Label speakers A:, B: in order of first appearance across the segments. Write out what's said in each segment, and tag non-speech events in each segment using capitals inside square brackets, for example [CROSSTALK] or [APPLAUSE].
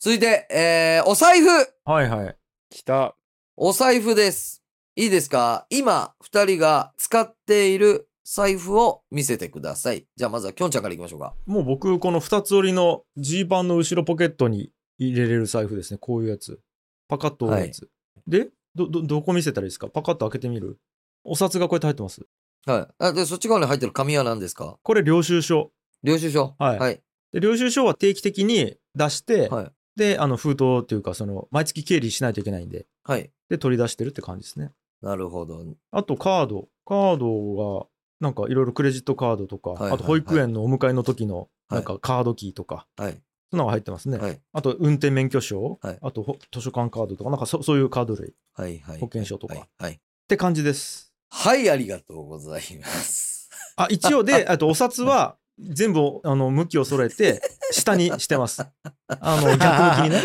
A: 続いて、えー、お財布。
B: はいはい。
C: 来た。
A: お財布です。いいですか今、二人が使っている財布を見せてください。じゃあ、まずはきょんちゃんからいきましょうか。
B: もう僕、この二つ折りの G パンの後ろポケットに入れれる財布ですね。こういうやつ。パカッと折るやつ。で、ど、ど、どこ見せたらいいですかパカッと開けてみるお札がこうやって入ってます。
A: はい。あで、そっち側に入ってる紙は何ですか
B: これ、領収書。
A: 領収書。
B: はい
A: はい。
B: で、領収書は定期的に出して、
A: はい
B: で、あの、封筒っていうか、その、毎月経理しないといけないんで、
A: はい。
B: で、取り出してるって感じですね。
A: なるほど。
B: あと、カード。カードが、なんかいろいろクレジットカードとか、
A: はいはい
B: あと保育園のお迎えの時の、
A: はい
B: なんかカードキーとか、
A: はい。
B: そんなのが入ってますね。
A: はい。
B: あと、運転免許証、
A: はい
B: あとほ図書館カードとか、なんかそそういうカード類っ
A: はい。はい。
B: 保険証とか
A: はい。はい。
B: て感じです。
A: はい、ありがとうございます。
B: あ、一応
A: [LAUGHS]
B: で、あとお札は全部あの向きを揃えて、下にしてます。あの、逆
A: [LAUGHS]
B: 向きにね。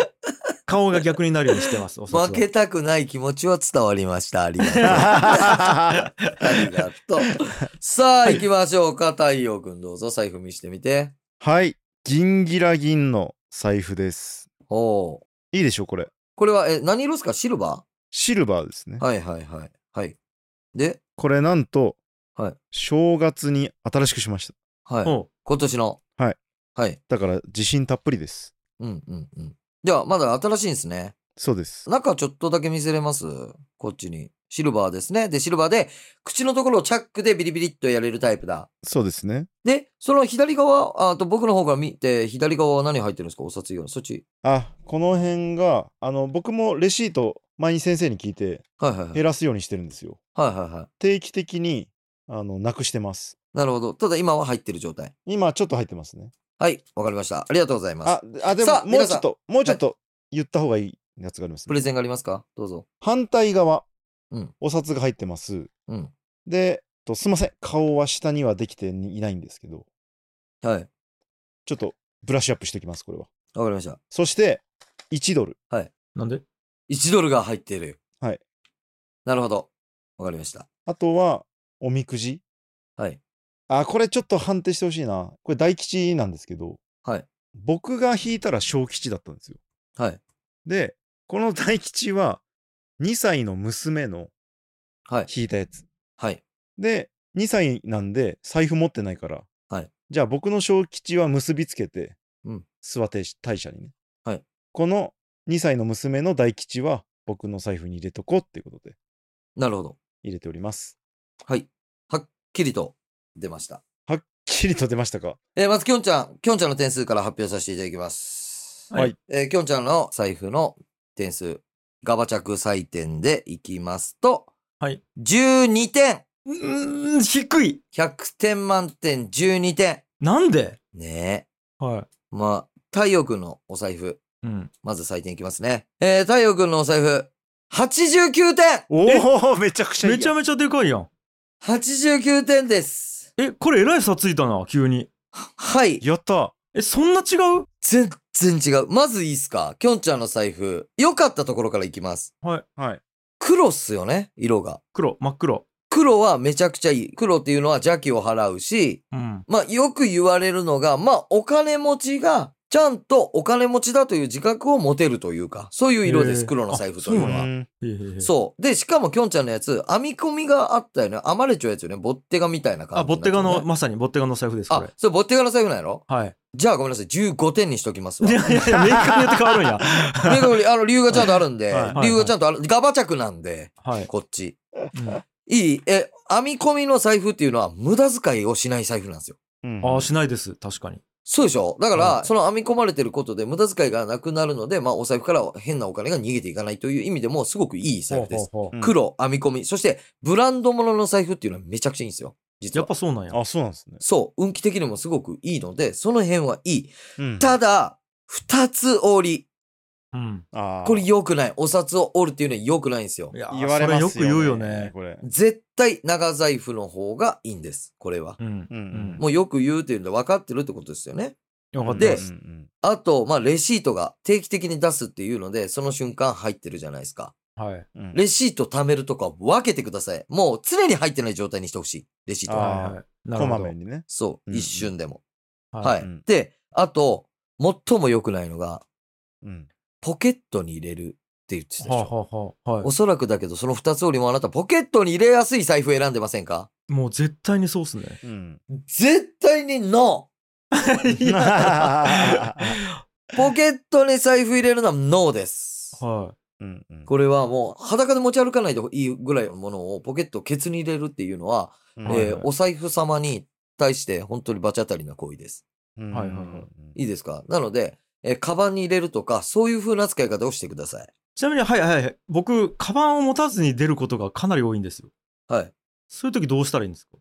B: 顔が逆になるようにして [LAUGHS] ます。お札は
A: 負けたくない気持ちは伝わりました。ありが
B: [LAUGHS]
A: とう。
C: [LAUGHS] は
A: ありがとう。さあ、行きましょうか。太陽くん、どうぞ財布見してみて。
C: い。銀ギラ銀の財布です。
A: おう
C: いいでしょう、これ。
A: これは、え、何色ですかシルバ
C: シルバーですね
A: ー。はいはいはい。はい。で、
C: これなんと、
A: はい
C: 正月に新しくしました。
A: はい。
B: おう
A: 今年の。
C: はい。
A: はい。
C: だから自信たっぷりです。
A: うんうんうん。じゃあ、まだ新しいんですね。
C: そうです。
A: 中ちょっとだけ見せれますこっちに。シルバーですね。で、シルバーで、口のところをチャックでビリビリっとやれるタイプだ。
C: そうですね。
A: で、その左側、あと僕の方から見て、左側は何入ってるんですかお札以外の。そっち。
C: あ、この辺が、あの、僕もレシート、前に先生に聞いて、
A: はいはいはい。
C: 減らすようにしてるんですよ。
A: はいはいはい。
C: 定期的に、あの、なくしてます。
A: なるほど。ただ今は入ってる状態。
C: 今、ちょっと入ってますね。
A: はい、わかりました。ありがとうございます
C: あ。、あで
A: さあ
C: も、も
A: 皆
C: うち
A: さ
C: ょ
A: ん
C: っと、もうちょっと言った方がいいやつがあります
A: プ
C: ね。
A: レゼンがありますかどうぞ。
C: 反対側、
A: うん
C: お札が入ってます。
A: うん。
C: で、とすいません、顔は下にはできていないんですけど、
A: はい。わか
C: ちょっとブラッシュアップしておきます、これは。
A: りました。
C: そして、1ドル。
B: なんで
A: 1ドルが入っている。
C: はい。
A: なるほど。わかりました。
C: あとは、おみくじ。
A: はい。
C: あ、これちょっと判定してほしいな。これ大吉なんですけど、
A: はい。
C: 僕が引いたら小吉だったんですよ。
A: はい。
C: で、この大吉は、2歳の娘の
A: はい。
C: 引いたやつ。
A: はい。
C: で、2歳なんで財布持ってないから、
A: はい
C: じゃあ僕の小吉は結びつけて、
A: うん
C: 諏訪大社大社にね、
A: はい
C: この2歳の娘の大吉は僕の財布に入れとこうっていうことで
A: なるほど。
C: 入れております。
A: はい。はっきりと出ました。
C: はっきりと出ましたか
A: えーまずきょんちゃん、きょんちゃんの点数から発表させていただきます。
B: はい
C: はい。
A: えーきょんちゃんの財布の点数、ガバチャク採点でいきますと、
B: はい。
A: 12点
B: うーん、低い
A: !100 点満点12点
B: なんで
A: ねえ。
B: は
A: まあ、太陽くんのお財布、
B: い。うん。
A: まず採点いきますね。えー、太陽くんのお財布、89点
C: おおめちゃくち
B: めちゃめちゃでかいやん。
A: !89 点です。
B: え、これえらい差ついたな、急に。
A: はい。
C: やった
B: え、そんな違う
A: 全然違う。まずいいっすかきょんちゃんの財布、良かったところからいきます。
B: はい。
C: はい。
A: 黒っすよね色が。
B: 黒、真っ黒。
A: 黒はめちゃくちゃいい。黒っていうのは邪気を払うし、
B: うん。
A: まあよく言われるのが、まあお金持ちが、ちゃんとお金持ちだという自覚を持てるというか、そういう色で
B: へ
A: す、
B: ー
A: 黒の財布という
C: う
A: のは。
B: へ
C: ん
B: へへ
A: そう。で、しかもきょんちゃんのやつ、編み込みがあったよね。編まれちゃうやつよね。ボッテガみたいな感じ、
B: あ、ボッテガの、、まさにボッテガの財布です、こ
A: あ
B: れ、。
A: それボッテガの財布なんやろ
B: はい。
A: じゃあごめんなさい。15点にしときますわ。
B: [LAUGHS] いやいやいや、メーカーによって変わるんや。
A: でこれあの、理由がちゃんとあるんで、
C: はい
B: はい
A: 理由がちゃんとある。ガバチャクなんで、
B: はい。
A: こっち。
B: うん
A: いいえ、編み込みの財布っていうのは無駄遣いをしない財布なんですよ。
C: うん
B: ああ、しないです。確かに。
A: そうでしょだから、
B: は
A: その編み込まれてることで無駄遣いがなくなるので、まあお財布から変なお金が逃げていかないという意味でもすごくいい財布です。
B: ほうほうほう
C: うん
A: 黒、編み込み。そして、ブランド物のの財布っていうのはめちゃくちゃいいんですよ。実
B: や
A: は
B: っ。ぱそうなんや。
C: あ、そうなんですね。
A: そう、運気的にもすごくいいので、その辺はいい。
C: うん
A: ただ、二つ折り。
B: うん。
C: あー
A: これ良くない。お札を折るっていうのは良くないんですよ
B: い。やー、
C: 言われますよ、ね。
B: それよく言うよね。
C: これ。
A: 絶対長財布の方がいいんです。これは。
B: うん。
C: うんうん
A: もうよく言うっていうんで分かってるってことですよね。
B: よかった
A: で
B: で
C: うん
B: す。
C: うん
A: あと、まあ、レシートが定期的に出すっていうので、その瞬間入ってるじゃないですか。
B: はい。
C: うんうん
A: レシート貯めるとか分けてください。もう常に入ってない状態にしてほしい。レシートは。
B: はいはい。な
C: こ
B: るほ
C: ま
B: ど
C: め。にね。
A: そうう。
C: んうん
A: 一瞬でも。
B: は。
A: はいい
C: うん。
A: で、あと、最も良くないのが、
C: うん
A: ポケットに入れるって言ってたでしょ。
B: はあ、はあはあ、は
A: おそらくだけど、その2つよりもあなた、ポケットに入れやすい財布選んでませんか
B: い。もう絶対にそうっす [LAUGHS] ね。
C: うん。
A: 絶対にノ
B: いや
A: ーポケットに財布入れるのはノーです。
B: は
C: うんうん
A: これはもう裸で持ち歩かないでいいぐらいのものをポケットケツに入れるっていうのは、
C: う
A: え
C: ん
B: はい
A: ーお財布様に対して本当に罰当たりな行為です。
C: うん
B: はいはいはい
A: いいですかなので、えーカバンに入れるとか、そういう風な使い方をしてください。
B: い。ちなみに、はいはいはい。僕、カバンを持たずに出ることがかなり多いんですよ。
A: はい。
B: そういう時どうしたらいいんですか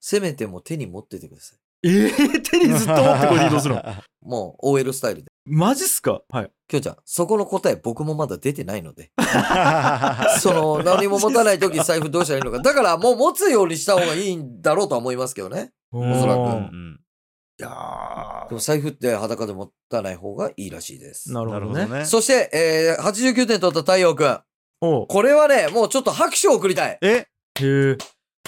A: せめても手に持っててください。
B: えー、手にずっと持ってこれで移動す
C: [LAUGHS]
B: るの
A: もう OL スタイルで。
B: [LAUGHS] マジっすかはい。
A: きょうちゃん、そこの答え僕もまだ出てないの
B: [LAUGHS]
A: で。
C: は
A: その、何も持たない時財布どうしたらいいのか。だからもう持つようにした方がいいんだろうとは思いますけどね。
B: お
A: そらく
C: うんん
B: いや
A: でも財布って裸で持たない方がいいらしいです。
B: ーな
C: うん
B: る
C: なる
B: ほ
C: ほ
B: ど
C: ど
B: ね。
C: ね。
A: そして、えー、89点取った太陽くん。
B: おう
A: これはね、もうちょっと拍手を送りたい。
C: え
B: へー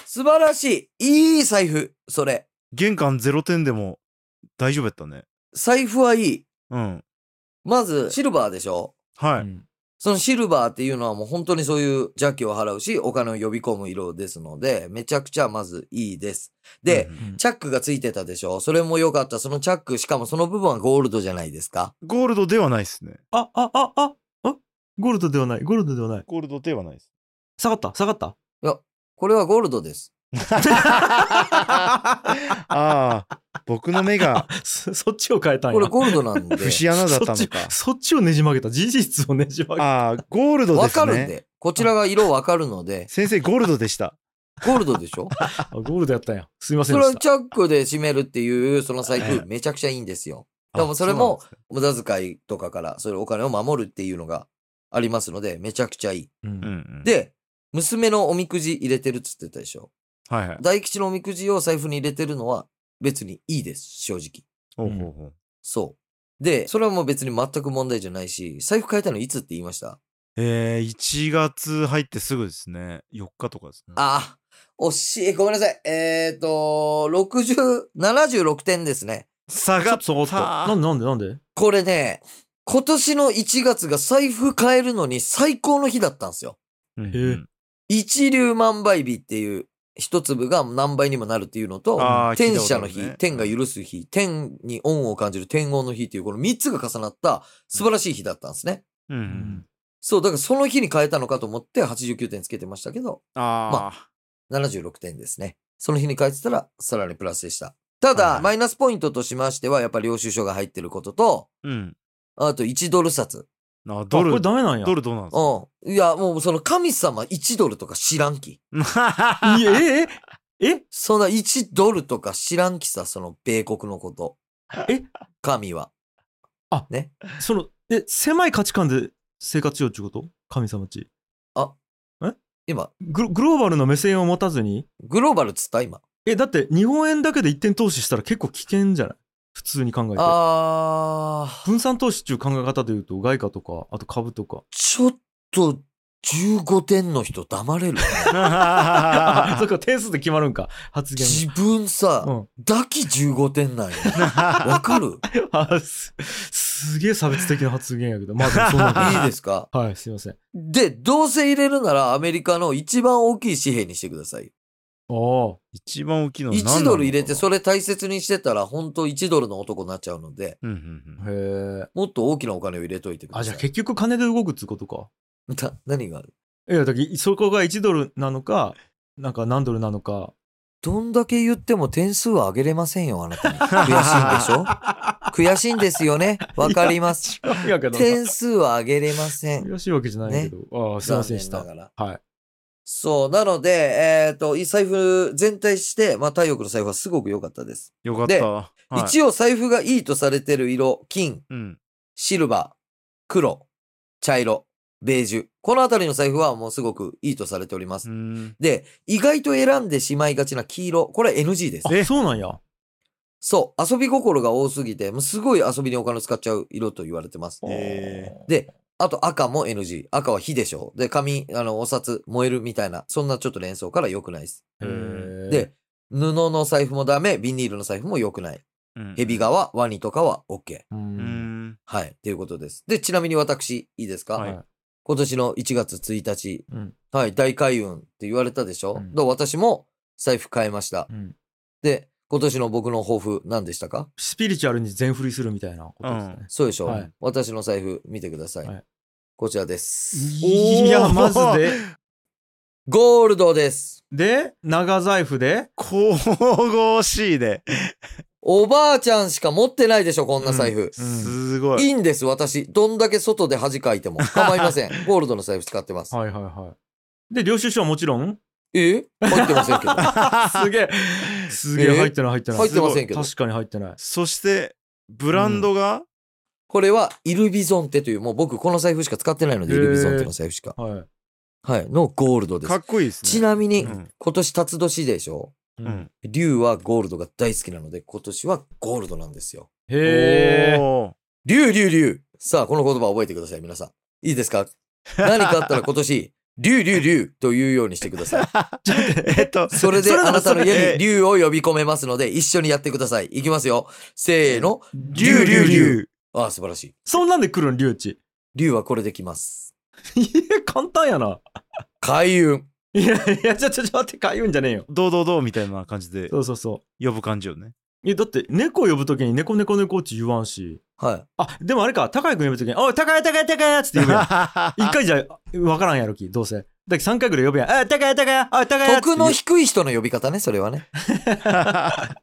A: 素晴らしい。いい財布。それ。
C: 玄関0点でも大丈夫やったね。
A: 財布はいい。
C: うん。
A: まず、シルバーでしょ
C: は
B: う
C: い。
B: ん
A: そのシルバーっていうのはもう本当にそういう邪気を払うし、お金を呼び込む色ですので、めちゃくちゃまずいいです。で、
C: うん、
B: うん
A: チャックがついてたでしょそれも良かった。そのチャック、しかもその部分はゴールドじゃないですか。
C: ゴールドではないですね。
B: あ、あ、あ、あ、あ、ゴールドではない、ゴールドではない。
C: ゴールドではないです。
B: 下がった、下がった。
A: これはゴールドです。
C: ああ、僕の目
B: [LAUGHS]
C: が
B: そそっちを変えたんや。
A: これゴールド
C: [LAUGHS]
A: なんで。
C: 節穴だった
B: そ
C: の
B: っち
C: か。
B: そっちをねじ曲げた。事実をねじ曲げた。
C: ああ、ゴールドで
A: わ
C: す
A: かるん
C: ね。
A: で。こちらが色わかるので、
C: 先生、ゴールドでした。
A: ゴールドでしょ
B: あゴールドやったんや。すいませ
A: そ
B: ん
A: れ
B: で
A: を
B: した。
A: チャックで締めるっていう、その財
C: は
A: 布、
C: い
A: めちゃくちゃいいんですよ。
C: あ
A: でもそれも
C: そうなんですね
A: 無駄遣いとかから、それお金を守るっていうのがありますので、めちゃくちゃいい。
B: うん
C: うんうん、
A: で、娘のおみくじ入れてるっつってたでしょ。
C: はいはい。
A: 大吉のおみくじを財布に入れてるのは別にいいです、正直。
C: ほうほうほう
A: そう。で、それはもう別に全く問題じゃないし、財布変えたのいつって言いました
C: えー、1月入ってすぐですね。4日とかですね。
A: ああ、惜しい。ごめんなさい。えっ、ー、と、60、76点ですね。
C: 下
B: ちょ
C: が
B: っ
C: っ
B: と下がった。
C: た
B: なんでなんでなんで
A: これね、今年の1月が財布変えるのに最高の日だったんですよ。
C: うんうん
B: へえ
A: 一粒万倍日っていう、一粒が何倍にもなるっていうのと、
C: あー
A: 天社の日、
C: 聞いたことあるね
A: 天が許す日、天に恩を感じる天恩の日っていう、この三つが重なった素晴らしい日だったんですね。
C: うんうん
A: そう、だからその日に変えたのかと思って89点つけてましたけど、
C: あ
A: 76点ですね。その日に変えてたら、さらにプラスでした。ただ、
C: はいはい
A: マイナスポイントとしましては、やっぱり領収書が入ってることと、
C: ー、うん。
A: あと1ドル札。
C: あ
B: あ、こ
C: ド
B: れ
C: ル、
B: ダメなんや。
C: ドルどうなんですか
A: うん。いや、もうその神様1ドルとか知らんき。
B: いやええええ
A: そんな1ドルとか知らんきさ、その米国のこと。
B: え
A: 神は。
B: その、え、狭い価値観で生活しようってこと神様ち。
A: 今、
B: グログローバルの目線を持たずに
A: グローバルっつった今。
B: え、だって日本円だけで一点投資したら結構危険じゃない普通に考えて。
A: あー、
B: 分散投資っていう考え方で言うと、外貨とか、あと株とか。
A: ちょっと15点の人黙れる。
B: [LAUGHS] あ、
C: [LAUGHS]
B: そっ
C: あ
B: か、点数で決まるんか。発言
A: 自分さ、
B: の。
A: だき15点
B: [LAUGHS]
A: なんや。わかる
B: うん。あす、すげえ差別的な発言やけど。まあ、でもそんな
A: [LAUGHS] いいですか
B: の。はい、すいません。あ
A: で、どうせ入れるならアメリカの一番大きい紙幣にしてください。
B: あ。
C: 一番大きいの
A: 1ドル入れてそ
C: れ。
A: れ大切にしてたら本当1ドルの男になっちゃうので、
C: うんうん
B: へえ。
A: もっと大きなお金を入れといてくだ
B: あ、じ
A: さ
B: ゃ
A: い
B: あ。結局金で動くってことか。
A: な何がある
B: いや、だからそこが1ドルなのか、なんか何ドルなのか。
A: どんだけ言っても点数は上げれませんよ、あな
B: [LAUGHS]
A: たに。悔しいんでしょ悔しいんですよね。わかります。
B: [LAUGHS] いや。違うやけどな。
A: 点数は上げれませ [LAUGHS] ん。
B: 悔しいわけじゃないけど。ああ、すいませんでし
A: 残
B: た
A: 念。ながら
B: はい。
A: そう。なので、えっ、と、い財布全体して、まあ、太陽君の財布はすごく良かったです。
C: よかっ
A: で
C: た。はい
A: 一応財布がいいとされてる色、金、
C: うん。
A: シルバー、黒、茶色、ベージュ。このあたりの財布はもうすごくいいとされております。
C: うん
A: で、意外と選んでしまいがちな黄色。これ NG です。
B: あ、そうなんや。
A: そう。遊び心が多すぎて、もうすごい遊びにお金を使っちゃう色と言われてます。
C: え
A: で、あと赤も NG。赤は火でしょ。で、紙、あの、お札、燃えるみたいな、そんなちょっと連想から良くないです。
B: へー
A: で、布の財布もダメ、ビニールの財布も良くない。
C: うん
A: 蛇側、ワニとかは OK。
B: う。
C: うんん。うん。
A: はい。ということです。で、ちなみに私、いいですか、
C: はい
A: 今年の1月1日、
B: うん
A: はい、大開運って言われたでしょ、
B: うん
A: で私も財布変えました。
B: うん
A: で、今年の僕の抱負何でしたか
B: スピリチュアルに全振りするみたいなことですね。
A: そうでしょ、
B: はい
A: 私の財布見てください。
B: はい
A: こちらです。
B: いや、マジで。
A: ゴールドです。
B: で、長財布で、
C: 神々しいで。
A: おばあちゃんしか持ってないでしょ、こんな財布。
B: うん
C: すご
A: い
C: い。
A: いんです、私。どんだけ外で恥かいても。構いません。ゴールドの財布使ってます。
B: はいはいはい。で、領収書はもちろ [LAUGHS] ん、
A: え入ってませんけ
B: [LAUGHS]
A: ど。
B: すげえ、すげえ、
A: え
B: 入ってない入ってない。
A: 入ってませんけど
B: 確かに入ってない。
C: そして、ブランドが、
A: これはイルビゾンテという、もう僕この財布しか使ってないので、
B: へ
A: イ
B: ー
A: ルビゾンテの財布しか。
B: はい。
A: はい。のゴールドで
C: か
A: す。
C: っこいいですね。
A: ちなみに
C: うん、
A: 今年辰年でしょ
B: う
C: うんん。
A: 竜はゴールドが大好きなので、今年はゴールドなんですよ。
B: へえ。
C: おー
A: 竜、竜、竜。さあ、この言葉覚えてください、皆さん。いいです
C: [LAUGHS]
A: か何かあったら今年、竜、竜、竜というようにしてくだ
C: [LAUGHS]
A: さい。
C: えっと、
A: それで
C: だと
A: あなたの
C: そ
A: 家
C: れ
A: に竜を呼び込めますので、一緒にやってください。いきますよ。せーの。
C: 竜竜竜。
A: ああ、素晴らしい。
B: そんなんで来るん、竜ち。
A: 竜はこれできます。
B: いや、簡単やな。
A: 開運。
B: いやいや、ちょ、ちょ、ちょ、待って、かゆんじゃねえよ。
C: どうどうどうみたいな感じで
B: そうそうそ
C: 呼ぶ感じよね。
B: う。いや、だって、猫呼ぶときに、猫猫猫って言わんし。
A: はい。
B: あ、でもあれか、高谷君呼ぶときに、おい、高谷、高谷、高谷っつって
C: [LAUGHS]
B: 呼ぶや [LAUGHS] ん。一回じゃ分からんやろき、どうせ。だけど3回ぐらい呼ぶやん。あ、高谷、高谷、あ、高谷っつって言
A: 徳
B: う。
A: の低い人の呼び方ね、それは [LAUGHS] ね。
C: は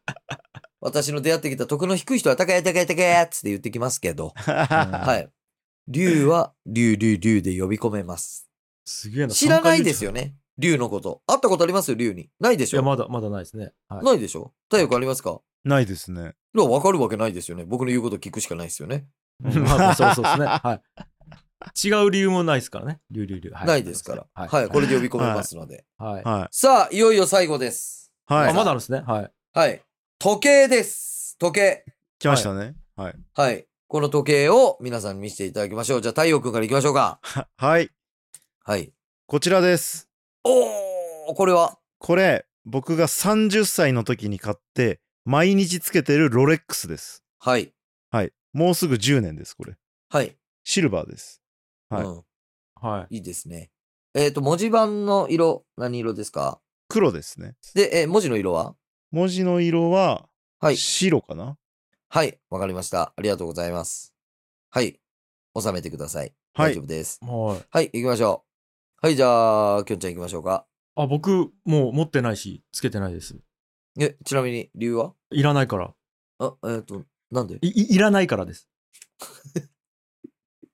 A: 私の出会ってきた徳の低い人は高い高い高いっつって言ってきますけど、
B: は
A: は。い。竜は竜竜竜で呼び込めます。
B: すげえな。
A: 知らないです
B: よ。
A: よね、竜のこと。会ったことあります竜に。ないで
B: い
A: し
B: や、
A: ょ、
B: まだ、まだないですね。はい。
A: ないでしょ体力ありますか
C: ないですね。
A: いや、わかるわけないですよね。僕の言うこと聞くしかないですよね。
C: うん
B: [LAUGHS] まあまあ、そうそうですね。はい。違う理由もないですからね。リュウリュウリュウ。は
A: ないですから。はい、これで呼び込めますので。
B: はい。
C: は
A: さあ、いよいよ最後です。
C: い。は
B: あ、
C: い。
B: まだあるんですね。はい。
A: はい。時計です。時計。
C: 来ましたね。はい。
A: はい。この時計を皆さんに見せていただきましょう。じゃあ、太陽くんから行きましょうか。
C: はい。
A: はい。
C: こちらです。
A: おー、これは
C: これ、僕が30歳の時に買って、毎日つけてるロレックスです。
A: はい。
C: はい。もうすぐ10年です、これ。
A: はい。
C: シルバーです。はい
A: うん。
B: はい。
A: いいですね。えっ、と、文字盤の色、何色ですか
C: 黒ですね。
A: で、えー文字の色は
C: 文字の色は
A: はい。
C: 白かな
A: はい。わかりました。ありがとうございます。はい。収めてください。
C: はい
A: 大丈夫です。
B: はい。
A: はい、行きましょう。はい、じゃあ、きょんちゃん行きましょうか。
B: あ、僕、もう持ってないし、つけてないです。
A: え、ちなみに、理由はい
B: らないから。
A: あ、えっ、と、なんで
B: い、いいらないからです。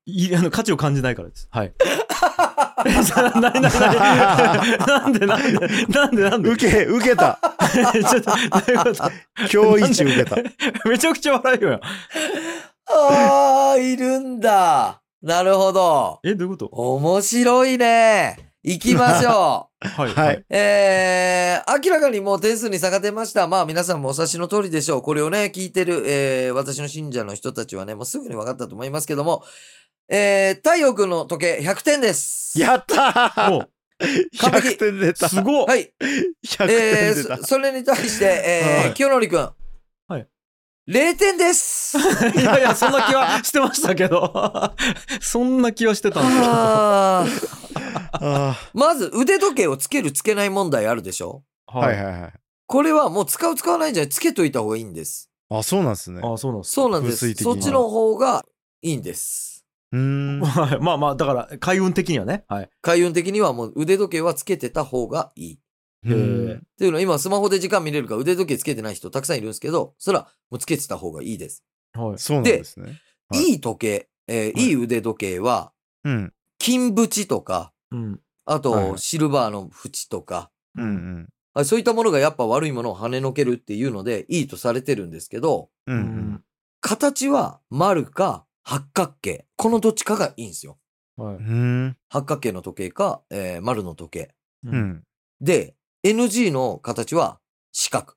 B: い [LAUGHS] あの価値を感じないからです。はい。 [LAUGHS] えそれなになになになんでなんでなんでなんで [LAUGHS]
C: 受け、受けた
B: ちょっと、どういうこと
C: 今日一受けた。
B: [LAUGHS] めちゃくちゃ笑うよ。
A: あー、いるんだ。なるほど。
B: え、どういうこと
A: 面白いね。行きましょう。 [LAUGHS]
B: はい。
C: はい。
A: えー、明らかにもう点数に差が出ました。まあ皆さんもお察しの通りでしょう。これをね、聞いてる、えー、私の信者の人たちはね、もうすぐに分かったと思いますけども、えー、太陽君の時計100点です。
C: やったー
B: お
A: 完璧
C: !100 点出た。
B: すごっ
A: はい。
C: 100
A: えー
C: 点出た
A: そ。それに対して、え
B: は
A: ー、
B: い
A: 清則君。
B: はい。
A: 0点です。
B: [LAUGHS] いやいや、そんな気はしてましたけど。 [LAUGHS] そんな気はしてたんですよ。
A: あー
C: あ
A: [LAUGHS] まず腕時計をつけるつけない問題あるでしょ
C: ーはいはいはい。
A: これはもう使う使わないんじゃないつけといた方がいいんです。
C: あ、そうなんですね。
B: あそうなんです。
A: そうなんで
C: 風
A: す。
C: 水的
A: そ
C: に
A: っちの方がいいんです。
C: うーん。
B: はいまあまあ、だから、開運的にはね。はい。
A: 開運的にはもう腕時計はつけてた方がいい。っ
B: へー
A: ていうのは今スマホで時間見れるから腕時計つけてない人たくさんいるんですけど、それはもうつけてた方がいいです。
B: はい。
C: そうなんですね。はい
A: いい時計、えー
C: はい
A: いい腕時計は、
C: うん。
A: 金縁とか、
B: うん。
A: あ
C: はいは
A: と
C: い
A: シルバーの縁とか、
C: うんうん。
A: あそういったものがやっぱ悪いものを跳ねのけるっていうので、いいとされてるんですけど、
C: う。
B: うん
A: 形は丸か八角形。このどっちかがいいんですよ。
B: はい。
C: うん。
A: 八角形の時計か、えー丸の時計。
B: う
C: う。ん。
A: で、NG の形は四角。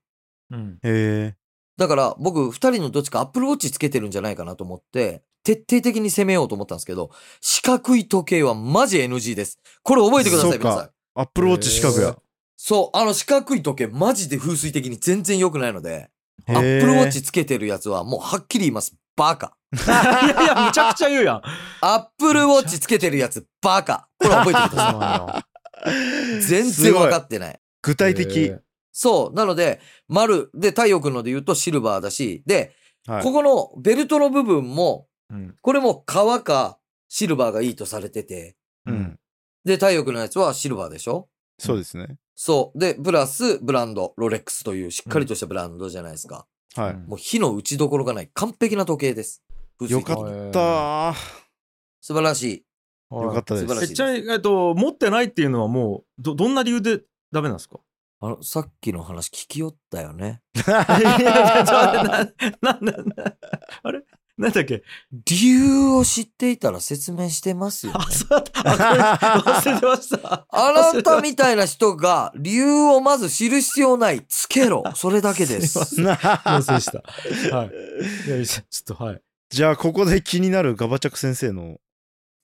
B: うん。
C: へえ。
A: だから僕二人のどっちかアップルウォッチつけてるんじゃないかなと思って、徹底的に攻めようと思ったんですけど、四角い時計はマジ NG です。これ覚えてくださ
C: そ
A: い、
C: うか
A: 皆さん。
C: アップルウォッチ資格や。
A: そう、あの四角い時計マジで風水的に全然良くないので、
C: へ
A: ア
C: ー
A: ップルウォッチつけてるやつはもうはっきり言います。バカ。
B: [LAUGHS] いやいや、むちゃくちゃ言うやん。
A: アップルウォッチつけてるやつ、バカ。これ覚えてくださ
C: [LAUGHS]
A: い。全然分か
C: っ
A: ってない。
C: 具体的。
A: そう。なので、丸。で、太陽君ので言うとシルバーだし、で、
C: はい
A: ここのベルトの部分も、
B: うん。
A: これも革かシルバーがいいとされてて、
C: う
B: うん
C: ん。
A: で、太陽君のやつはシルバーでしょ
C: そうですね。
A: そう。で、プラスブランド、ロレックスというしっかりとしたブランドじゃないですか。
C: は
B: うん
A: もう火の打ちどころがない完璧な時計です。
C: い。よか
B: た
C: ったー。
A: 素晴らしい。
C: よかったで
A: 素晴ら
C: す。
A: しい
B: えちなみに、えっと、持ってないっていうのはもう、ど、どんな理由でダメなん
C: [LAUGHS]
B: ですか
A: あの、さっきの話聞きよったよね。
B: いやいやちょっと待ってな、な、な、な、あれなんだっけ
A: 理由を知っていたら説明してますよ、ね
B: あ、。そうだった。あこれ忘れてま
C: [LAUGHS]
B: した。
A: あなたみたいな人が理由をまず知る必要ない。つけろ。それだけです
B: いませ
A: す。
B: 忘れした。はい。いやいやちょちょっと、はい。
C: [LAUGHS] じゃあ、ここで気になるガバチャク先生の。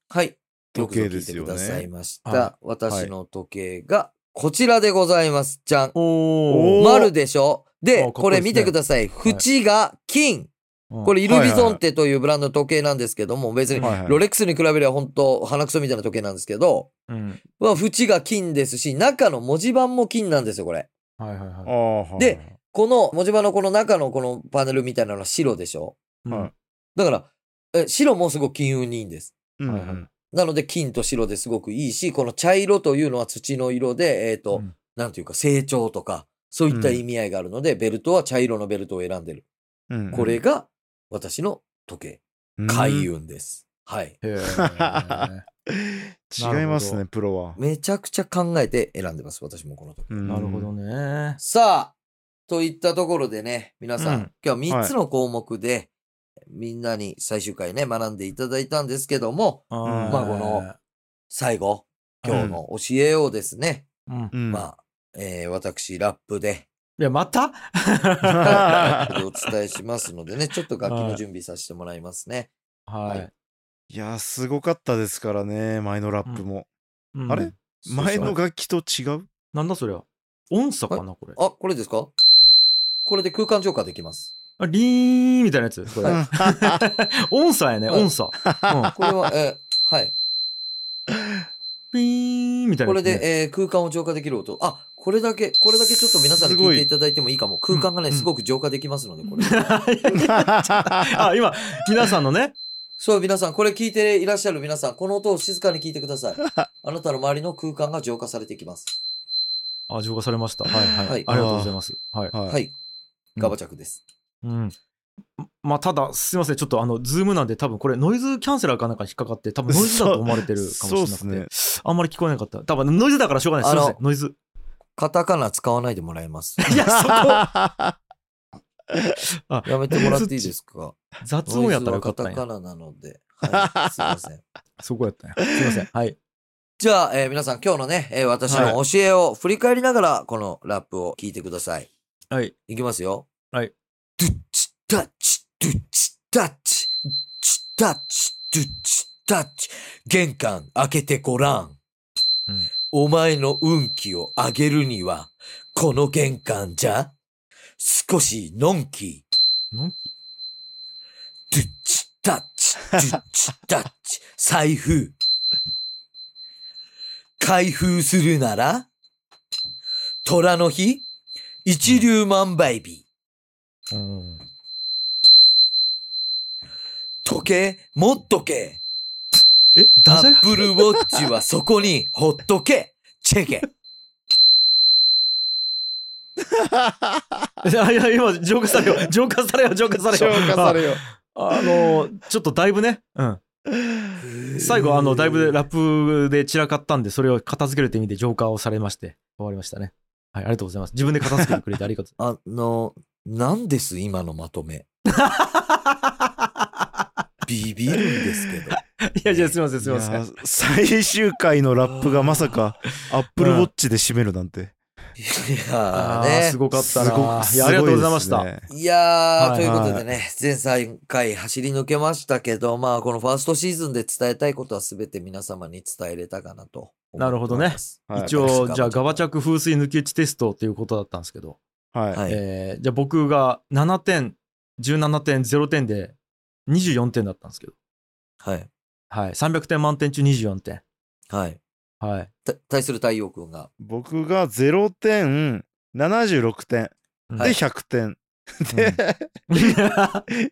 A: はい。
C: 時計です
A: よ
C: よ
A: く
C: ね
A: ぞ聞いてくださいました。
B: は
A: 私の時計がこちらでございます。じゃん。
B: お
C: おー
A: 丸でしょで、
B: あかっ
A: こ
B: こ
A: れ
B: いいですね
A: 見てください。縁が金。
B: お。
A: これ、イルビ
C: はいは
A: ゾ
C: い
A: ンテというブランドの時計なんですけども、別に
C: はいはい
A: ロレックスに比べれば本当鼻くそみたいな時計なんですけど、
B: うん。
A: まあ、縁が金ですし、中の文字盤も金なんですよ、これ。
B: はいはいはい。
C: ああ。
A: で、この文字盤のこの中のこのパネルみたいなのは白でしょ
B: うん
C: はい
A: だから、え白もすごく金運にいいんです。
C: うん
B: はいはい
A: なので、金と白ですごくいいし、この茶色というのは土の色で、えっ、と、
B: うん
A: なんていうか成長とか、そういった意味合いがあるので、ベルトは茶色のベルトを選んでる。
C: うん。
A: これが私の時
C: うん、
A: 計、開運です。はい。
B: へー
C: 違いますね、プロは。
A: めちゃくちゃ考えて選んでます、私もこの時計。
C: な
B: なるほど。ね。
A: さあ、といったところでね、皆さん、
B: うん
A: 今日は3つの項目で、みんなに最終回ね、学んでいただいたんですけども、
B: ー
A: まあこの、最後、今日の教えをですね、
B: うん
C: うん。
A: まあ、えー私、ラップで、
B: いや、また [LAUGHS]
A: ラップでお伝えしますのでね、ちょっと楽器の準備させてもらいますね。
B: はい。
C: [LAUGHS] いやー、すごかったですからね、前のラップも。
B: うん
C: あれ
A: そうそう
C: 前の楽器と違う
B: なんだそりゃ。音差かな、これ。
A: あ、これですかこれで空間浄化できます。
B: あ、リーンみたいなやつ。これ。 [LAUGHS] 音差やね、
A: はい
B: 音差。うん
A: これ
B: [LAUGHS]
A: は、えーはい。
B: ピーンみたいな
A: こ
B: や
A: れ
B: つね。
A: で、えー空間を浄化できる音。あ、これだけ、これだけちょっと皆さんに
C: す
A: 聞
C: ごい
A: いていただいてもいいかも。空間がね、
B: うん
A: すごく浄化できますので、これ。
B: [LAUGHS]
A: [LAUGHS]
B: あ、今、皆さんのね。
A: そう、皆さん、これ聞いていらっしゃる皆さん、この音を静かに聞いてください。あなたの周りの空間が浄化されていきます。
B: あ、浄化されました。はいはい。
A: は
B: あ
A: い
B: りがとうございます。はい。
A: は
C: はい。
A: い。ガバチャクです。
B: うん。まあ、ただ、すいません。ちょっと、あの、ズームなんで、多分これ、ノイズキャンセラーかなんか引っかかって、多分ノイズだと思われてるか
C: [LAUGHS] そう
B: も
C: っ
B: しれ
C: す
B: なくて
A: [LAUGHS]
C: ね。。
B: あんまり聞こえなかった。多分ノイズだからしょうがない。すいません
A: あ。
B: ノイズ。
A: カタカナ使わないでもらえます。
B: いや、そこ
A: やめてもらっていいですか
B: 雑音やったらよかった
A: ノ
B: ん
A: イズ [LAUGHS] はカタカナ
B: や。
A: なので。はい。すいません。 [LAUGHS]
B: そこやったんや。すいません。はい。
A: じゃあ、えー皆さん、今日のね、えー私の教えを振り返りながら、このラップを聞いてください。
B: はい。
A: いきますよ。
B: はい。
A: ドゥッチタッチ、ドゥッチタッチ、ドゥッチタッチ、ドゥッチタッチ。玄関開けてごらん。
B: うん
A: お前の運気を上げるには、この玄関じゃ、少しのんき。
B: のんき
A: ドゥッチタッチ、ドゥッチタッチ、財布。開封するなら、虎の日、一粒万倍日。
B: うん。
A: 時計持っとけ
B: え、
A: ア
B: ダジャレ
A: ップルウォッチはそこ
B: [LAUGHS]
A: にほっとけチェケ
B: [LAUGHS] いやいや、今、浄化されよ。浄化されよ、浄化され
C: 消
B: よ。
C: 化されよ。
B: ああの、ちょっとだいぶね、うん。最後、あの、だいぶラップで散らかったんで、それを片付けるという意味で浄化をされまして、終わりましたね。はい、ありがとうございます。自分で片付けてくれてありがとう。
A: あの、なんです今のまとめ。 [LAUGHS] ビビるんですけど。
B: [LAUGHS] いやいや、すいません、すいませ
C: いや
B: ん。
C: ー最終回のラップがまさ
B: [LAUGHS]
C: か、アップルウォッチで締めるなんて。
A: いやー
B: ー
A: ね
B: す。ごかった
C: すご
B: な。
C: く
B: いや、ありがとうございまし
C: すご
B: た。
C: ですね
A: いやー、
B: はい
A: ということでね、全3回走り抜けましたけど、まあ、このファーストシーズンで伝えたいことは全て皆様に伝えれたかなと思ってます。
B: なるほどね
C: はい
B: 一応、じゃあ、ガバチャク風水抜き打ちテストということだったんですけど、
C: はい。
A: はい。
B: えーじゃあ僕が7点、17点、0点で24点だったんですけど、
A: はい。
B: はい、300点満点中24点。
A: はい。
B: はい、
A: た対する太陽君が。
C: 僕が0点、76点。
B: うん
C: で、100点。で、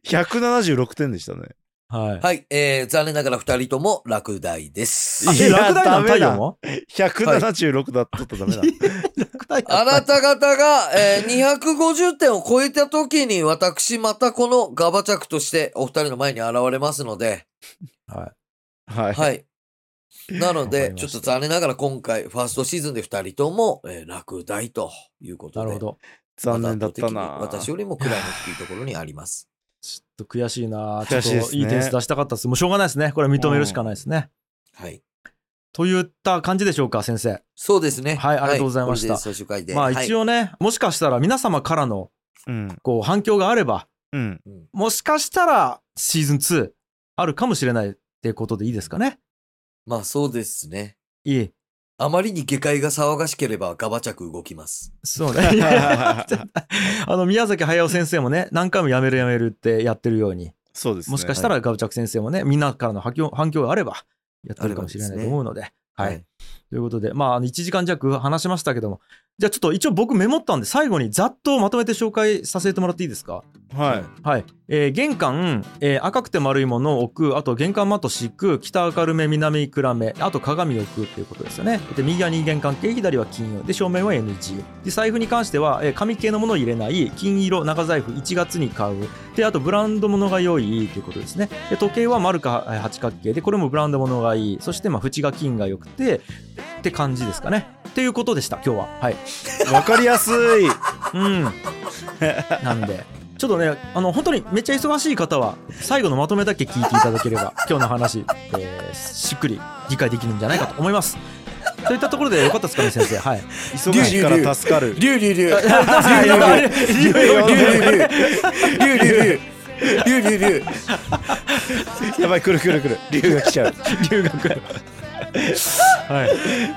C: 176点でしたね。
B: [LAUGHS] はい。
A: はい。えー、残念ながら二人とも落第です。
B: あ
C: い
B: え、
C: や
B: 落第な
C: ダ
B: ん
C: メ
B: 太
C: だ
B: 陽も
C: 176だったとダメだ。
B: 落第
A: あなた方が、えー、250点を超えた時に、私またこのガバチャクとしてお二人の前に現れますので、
B: は
C: はい。
A: はい。なの
B: わか
A: で、
B: りま
A: ちょ
B: し
A: ったと残念ながら今回、ファーストシーズンで二人とも、えー落第というこ
B: い。
A: と
B: な
A: で。
B: るほど。
C: 残念だったな。
A: また圧倒的に私よりも位の低いところにあります。
B: ちょっと悔しいなちょ
C: 悔
B: っ
C: しいですね
B: といい点数出したかったです。もうしょうがないですね。これは認めるしかないですね。
A: はい。
B: といった感じでしょうか、先生。
A: そうですね。
B: はいありがとうございました
A: これで最終回で。
B: まあ一
A: 応。
B: 応ね、もしかしたら皆様からの
C: うん。
B: こう反響があれば、 [LAUGHS]
C: うん。
B: もしかしたらシーズン2あるかもしれないってことでいいですかね。
A: まあそうですね。
B: いい。
A: あまりに下界が騒がしければガバチャク動きます。
B: そうね。い [LAUGHS]
C: [LAUGHS]
B: やあの宮崎駿先生もね、何回もやめるやめるってやってるように、
C: そうですね。
B: もしかしたらガブチャク先生もね、みんなからの反響反響があればやってるかもしれないと思うので。はい、。ということで、まあ、あの1時間弱話しましたけども、じゃあちょっと一応僕メモったんで、最後にざっとまとめて紹介させてもらっていいですか。
C: はい。
B: はい、えー玄関、えー赤くて丸いものを置くあと玄関マット敷く北明るめ南暗めあと鏡を置くっていうことですよねで右は人間関係左は金融で正面は NG で財布に関しては、えー紙系のものを入れない金色長財布1月に買うであとブランドものが良いということですねで時計は丸かえー八角形でこれもブランドものがいいそしてまあ縁が金が良くてって感じですかねっていうことでした今日ははい
C: わかりやす
B: [LAUGHS]
C: い。
B: うん。なんで。ちょっとね、あの、本当にめっちゃ忙しい方は、最後のまとめだけ聞いていただけれ [LAUGHS] ば、今日の話、えーしっくり理解できるんじゃないかと思います。そういったところでよかったですかね、先生。 [LAUGHS] はい。
C: 忙しいから助かる。
A: リュウリュウリュウ。リュウ
B: あ
A: リュ
B: や
A: ウ
B: ばい [LAUGHS]
A: リュウ。
B: いやいや
A: リュウリュウリュウ。リュウリュウリュウ。リュウリュウリュウ。
C: [LAUGHS] やばい、来る来る来る。竜が来ちゃう。
B: 留学。はい。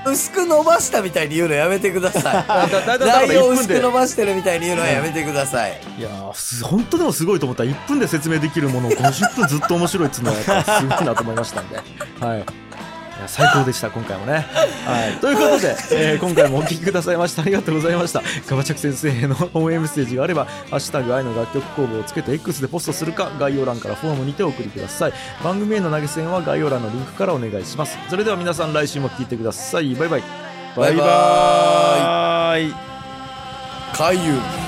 A: 薄く伸ばしたみたいに言うのやめてくだ
B: [LAUGHS]
A: さ
B: だだ
A: い。
B: だだから
A: 内容
B: 1
A: 薄
B: 分
A: く
B: で
A: 伸。ばしてるみたいに言うのはやめてください。
B: いやーす本当でもすごいと思った1分で説明できるものを50分ずっと面白いっつうのはやっぱすごいなと思いましたんで、はい、いや最高でした今回もね、はい、ということで、えー今回もお聴きくださいましてありがとうございましたガバチャク先生への応援メッセージがあれば「ハッシュタグ愛の楽曲工房」をつけて X でポストするか概要欄からフォームにてお送りください番組への投げ銭は概要欄のリンクからお願いしますそれでは皆さん来週も聴いてくださいバイバイ
A: バイバーイ。
C: バイバーイ。
A: 海遊。